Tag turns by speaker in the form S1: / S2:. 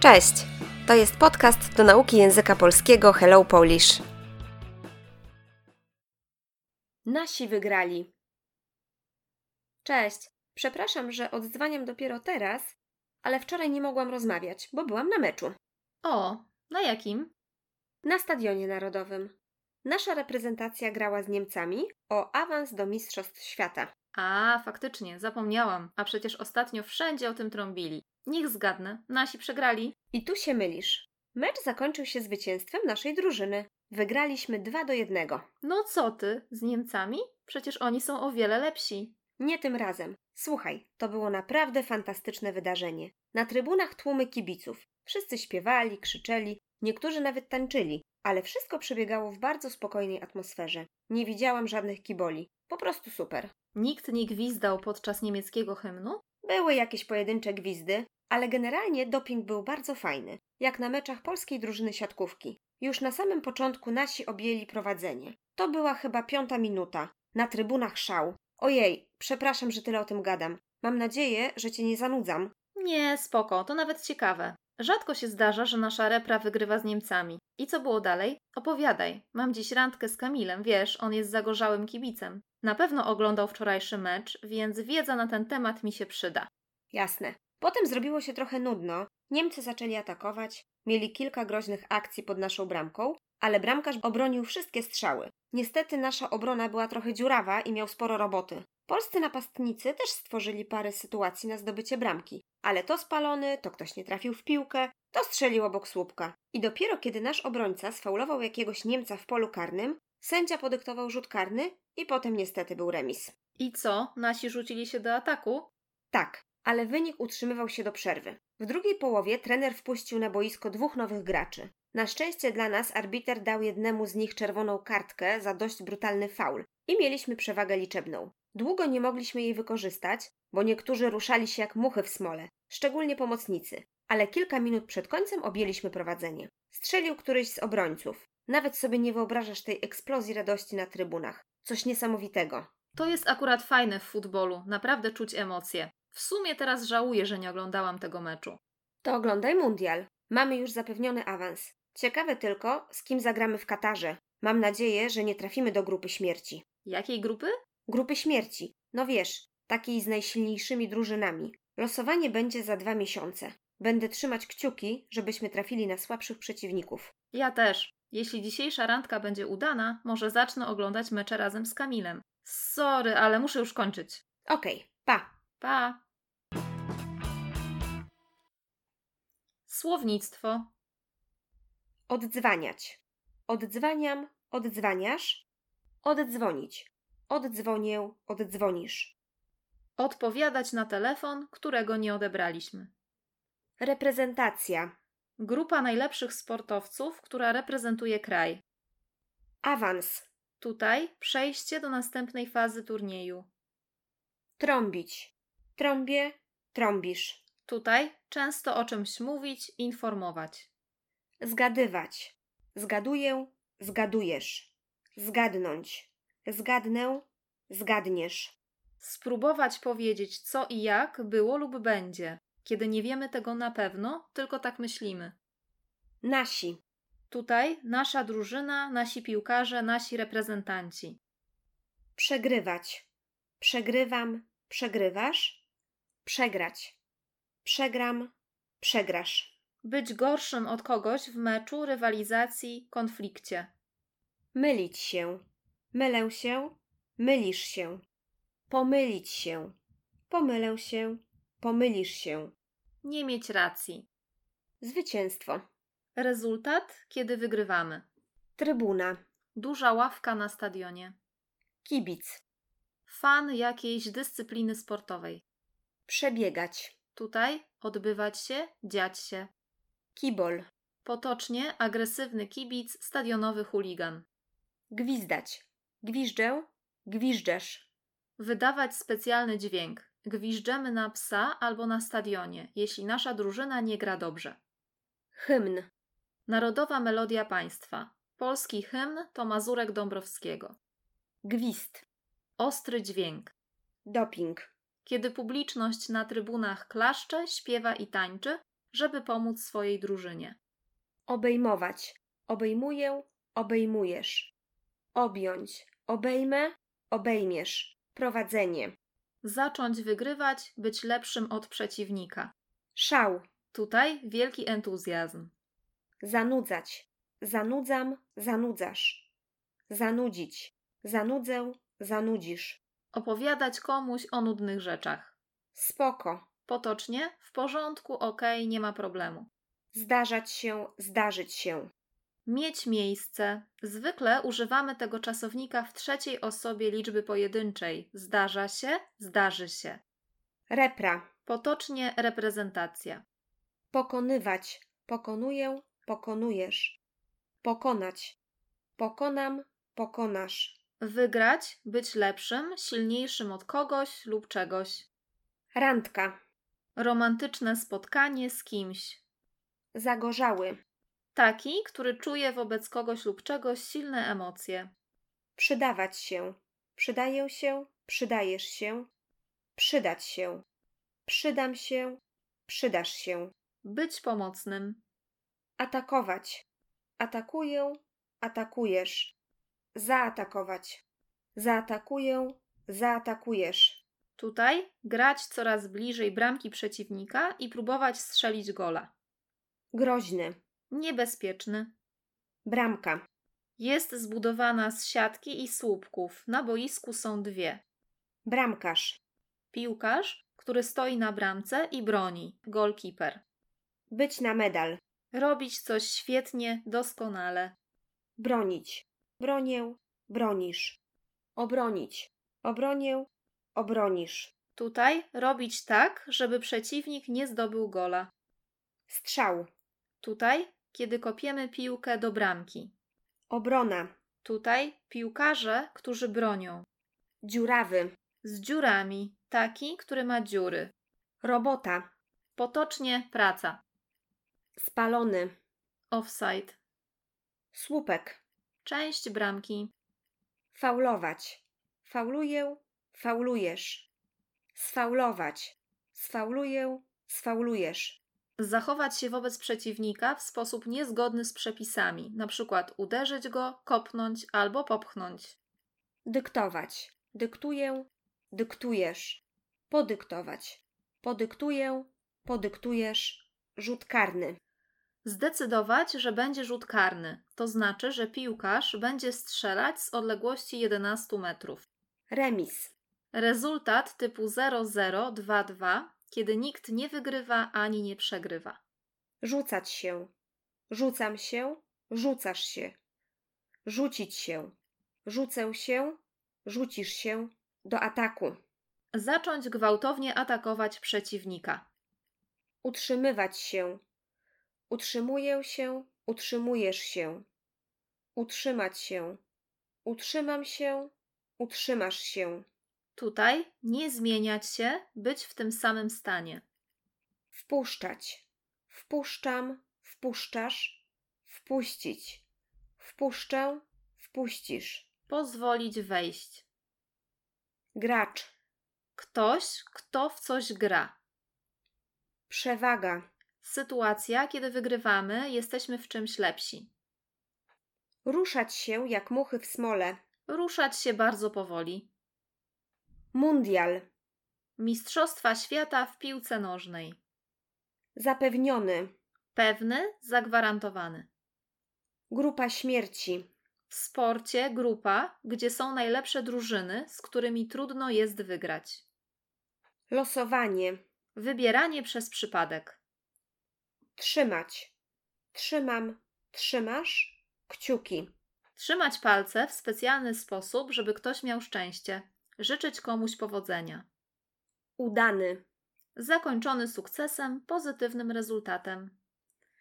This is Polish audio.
S1: Cześć! To jest podcast do nauki języka polskiego Hello Polish. Nasi wygrali. Cześć. Przepraszam, że odzwaniam dopiero teraz, ale wczoraj nie mogłam rozmawiać, bo byłam na meczu.
S2: O, na jakim?
S1: Na stadionie narodowym. Nasza reprezentacja grała z Niemcami o awans do Mistrzostw Świata.
S2: A, faktycznie, zapomniałam. A przecież ostatnio wszędzie o tym trąbili. Niech zgadnę, nasi przegrali.
S1: I tu się mylisz. Mecz zakończył się zwycięstwem naszej drużyny. Wygraliśmy 2 do 1.
S2: No co ty, z Niemcami? Przecież oni są o wiele lepsi.
S1: Nie tym razem. Słuchaj, to było naprawdę fantastyczne wydarzenie. Na trybunach tłumy kibiców. Wszyscy śpiewali, krzyczeli, niektórzy nawet tańczyli, ale wszystko przebiegało w bardzo spokojnej atmosferze. Nie widziałam żadnych kiboli. Po prostu super.
S2: Nikt nie gwizdał podczas niemieckiego hymnu?
S1: Były jakieś pojedyncze gwizdy, ale generalnie doping był bardzo fajny, jak na meczach polskiej drużyny siatkówki. Już na samym początku nasi objęli prowadzenie. To była chyba piąta minuta. Na trybunach szał. Ojej, przepraszam, że tyle o tym gadam. Mam nadzieję, że cię nie zanudzam.
S2: Nie, spoko, to nawet ciekawe. Rzadko się zdarza, że nasza repra wygrywa z Niemcami. I co było dalej? Opowiadaj. Mam dziś randkę z Kamilem, wiesz, on jest zagorzałym kibicem. Na pewno oglądał wczorajszy mecz, więc wiedza na ten temat mi się przyda.
S1: Jasne. Potem zrobiło się trochę nudno. Niemcy zaczęli atakować, mieli kilka groźnych akcji pod naszą bramką, ale bramkarz obronił wszystkie strzały. Niestety nasza obrona była trochę dziurawa i miał sporo roboty. Polscy napastnicy też stworzyli parę sytuacji na zdobycie bramki, ale to spalony, to ktoś nie trafił w piłkę, to strzelił obok słupka. I dopiero kiedy nasz obrońca sfaulował jakiegoś Niemca w polu karnym, sędzia podyktował rzut karny i potem niestety był remis.
S2: I co? Nasi rzucili się do ataku?
S1: Tak, ale wynik utrzymywał się do przerwy. W drugiej połowie trener wpuścił na boisko dwóch nowych graczy. Na szczęście dla nas arbiter dał jednemu z nich czerwoną kartkę za dość brutalny faul i mieliśmy przewagę liczebną. Długo nie mogliśmy jej wykorzystać, bo niektórzy ruszali się jak muchy w smole, szczególnie pomocnicy, ale kilka minut przed końcem objęliśmy prowadzenie. Strzelił któryś z obrońców. Nawet sobie nie wyobrażasz tej eksplozji radości na trybunach. Coś niesamowitego.
S2: To jest akurat fajne w futbolu, naprawdę czuć emocje. W sumie teraz żałuję, że nie oglądałam tego meczu.
S1: To oglądaj mundial. Mamy już zapewniony awans. Ciekawe tylko, z kim zagramy w Katarze. Mam nadzieję, że nie trafimy do grupy śmierci.
S2: Jakiej grupy?
S1: Grupy śmierci, no wiesz, takiej z najsilniejszymi drużynami. Losowanie będzie za dwa miesiące. Będę trzymać kciuki, żebyśmy trafili na słabszych przeciwników.
S2: Ja też. Jeśli dzisiejsza randka będzie udana, może zacznę oglądać mecze razem z Kamilem. Sorry, ale muszę już kończyć.
S1: Okej, pa!
S2: Pa! Słownictwo.
S1: Oddzwaniać. Oddzwaniam, oddzwaniasz. Oddzwonić. Oddzwonię, oddzwonisz.
S2: Odpowiadać na telefon, którego nie odebraliśmy.
S1: Reprezentacja.
S2: Grupa najlepszych sportowców, która reprezentuje kraj.
S1: Awans.
S2: Tutaj przejście do następnej fazy turnieju.
S1: Trąbić. Trąbię, trąbisz.
S2: Tutaj często o czymś mówić, informować.
S1: Zgadywać. Zgaduję, zgadujesz. Zgadnąć. Zgadnę, zgadniesz.
S2: Spróbować powiedzieć, co i jak było lub będzie, kiedy nie wiemy tego na pewno, tylko tak myślimy.
S1: Nasi.
S2: Tutaj nasza drużyna, nasi piłkarze, nasi reprezentanci.
S1: Przegrywać. Przegrywam, przegrywasz. Przegrać. Przegram, przegrasz.
S2: Być gorszym od kogoś w meczu, rywalizacji, konflikcie.
S1: Mylić się. Mylę się, mylisz się. Pomylić się. Pomylę się, pomylisz się.
S2: Nie mieć racji.
S1: Zwycięstwo.
S2: Rezultat, kiedy wygrywamy.
S1: Trybuna.
S2: Duża ławka na stadionie.
S1: Kibic.
S2: Fan jakiejś dyscypliny sportowej.
S1: Przebiegać.
S2: Tutaj odbywać się, dziać się.
S1: Kibol.
S2: Potocznie agresywny kibic, stadionowy chuligan.
S1: Gwizdać. Gwiżdżę, gwiżdżesz.
S2: Wydawać specjalny dźwięk. Gwiżdżemy na psa albo na stadionie, jeśli nasza drużyna nie gra dobrze.
S1: Hymn.
S2: Narodowa melodia państwa. Polski hymn to Mazurek Dąbrowskiego.
S1: Gwizd.
S2: Ostry dźwięk.
S1: Doping.
S2: Kiedy publiczność na trybunach klaszcze, śpiewa i tańczy, żeby pomóc swojej drużynie.
S1: Obejmować. Obejmuję, obejmujesz. Objąć. Obejmę, obejmiesz. Prowadzenie.
S2: Zacząć wygrywać, być lepszym od przeciwnika.
S1: Szał.
S2: Tutaj wielki entuzjazm.
S1: Zanudzać. Zanudzam, zanudzasz. Zanudzić. Zanudzę, zanudzisz.
S2: Opowiadać komuś o nudnych rzeczach.
S1: Spoko.
S2: Potocznie, w porządku, ok, nie ma problemu.
S1: Zdarzać się, zdarzyć się.
S2: Mieć miejsce. Zwykle używamy tego czasownika w trzeciej osobie liczby pojedynczej. Zdarza się, zdarzy się.
S1: Repra.
S2: Potocznie reprezentacja.
S1: Pokonywać. Pokonuję, pokonujesz. Pokonać. Pokonam, pokonasz.
S2: Wygrać, być lepszym, silniejszym od kogoś lub czegoś.
S1: Randka.
S2: Romantyczne spotkanie z kimś.
S1: Zagorzały.
S2: Taki, który czuje wobec kogoś lub czegoś silne emocje.
S1: Przydawać się. Przydaję się, przydajesz się. Przydać się. Przydam się, przydasz się.
S2: Być pomocnym.
S1: Atakować. Atakuję, atakujesz. Zaatakować. Zaatakuję, zaatakujesz.
S2: Tutaj grać coraz bliżej bramki przeciwnika i próbować strzelić gola.
S1: Groźny.
S2: Niebezpieczny.
S1: Bramka.
S2: Jest zbudowana z siatki i słupków. Na boisku są dwie.
S1: Bramkarz.
S2: Piłkarz, który stoi na bramce i broni. Goalkeeper.
S1: Być na medal.
S2: Robić coś świetnie, doskonale.
S1: Bronić. Bronię, bronisz. Obronić. Obronię, obronisz.
S2: Tutaj robić tak, żeby przeciwnik nie zdobył gola.
S1: Strzał.
S2: Tutaj, kiedy kopiemy piłkę do bramki.
S1: Obrona.
S2: Tutaj piłkarze, którzy bronią.
S1: Dziurawy.
S2: Z dziurami. Taki, który ma dziury.
S1: Robota.
S2: Potocznie praca.
S1: Spalony.
S2: Offside.
S1: Słupek.
S2: Część bramki.
S1: Faulować. Fauluję, faulujesz. Sfaulować. Sfauluję, sfaulujesz.
S2: Zachować się wobec przeciwnika w sposób niezgodny z przepisami, na przykład uderzyć go, kopnąć albo popchnąć.
S1: Dyktować. Dyktuję, dyktujesz. Podyktować. Podyktuję, podyktujesz. Rzut karny.
S2: Zdecydować, że będzie rzut karny, to znaczy, że piłkarz będzie strzelać z odległości 11 metrów.
S1: Remis.
S2: Rezultat typu 0-0-2-2, kiedy nikt nie wygrywa ani nie przegrywa.
S1: Rzucać się. Rzucam się, rzucasz się. Rzucić się. Rzucę się, rzucisz się. Do ataku.
S2: Zacząć gwałtownie atakować przeciwnika.
S1: Utrzymywać się. Utrzymuję się, utrzymujesz się. Utrzymać się. Utrzymam się, utrzymasz się.
S2: Tutaj nie zmieniać się, być w tym samym stanie.
S1: Wpuszczać. Wpuszczam, wpuszczasz. Wpuścić. Wpuszczę, wpuścisz.
S2: Pozwolić wejść.
S1: Gracz.
S2: Ktoś, kto w coś gra.
S1: Przewaga.
S2: Sytuacja, kiedy wygrywamy, jesteśmy w czymś lepsi.
S1: Ruszać się jak muchy w smole.
S2: Ruszać się bardzo powoli.
S1: Mundial.
S2: Mistrzostwa świata w piłce nożnej.
S1: Zapewniony.
S2: Pewny, zagwarantowany.
S1: Grupa śmierci.
S2: W sporcie grupa, gdzie są najlepsze drużyny, z którymi trudno jest wygrać.
S1: Losowanie.
S2: Wybieranie przez przypadek.
S1: Trzymać. Trzymam. Trzymasz. Kciuki.
S2: Trzymać palce w specjalny sposób, żeby ktoś miał szczęście. Życzyć komuś powodzenia.
S1: Udany.
S2: Zakończony sukcesem, pozytywnym rezultatem.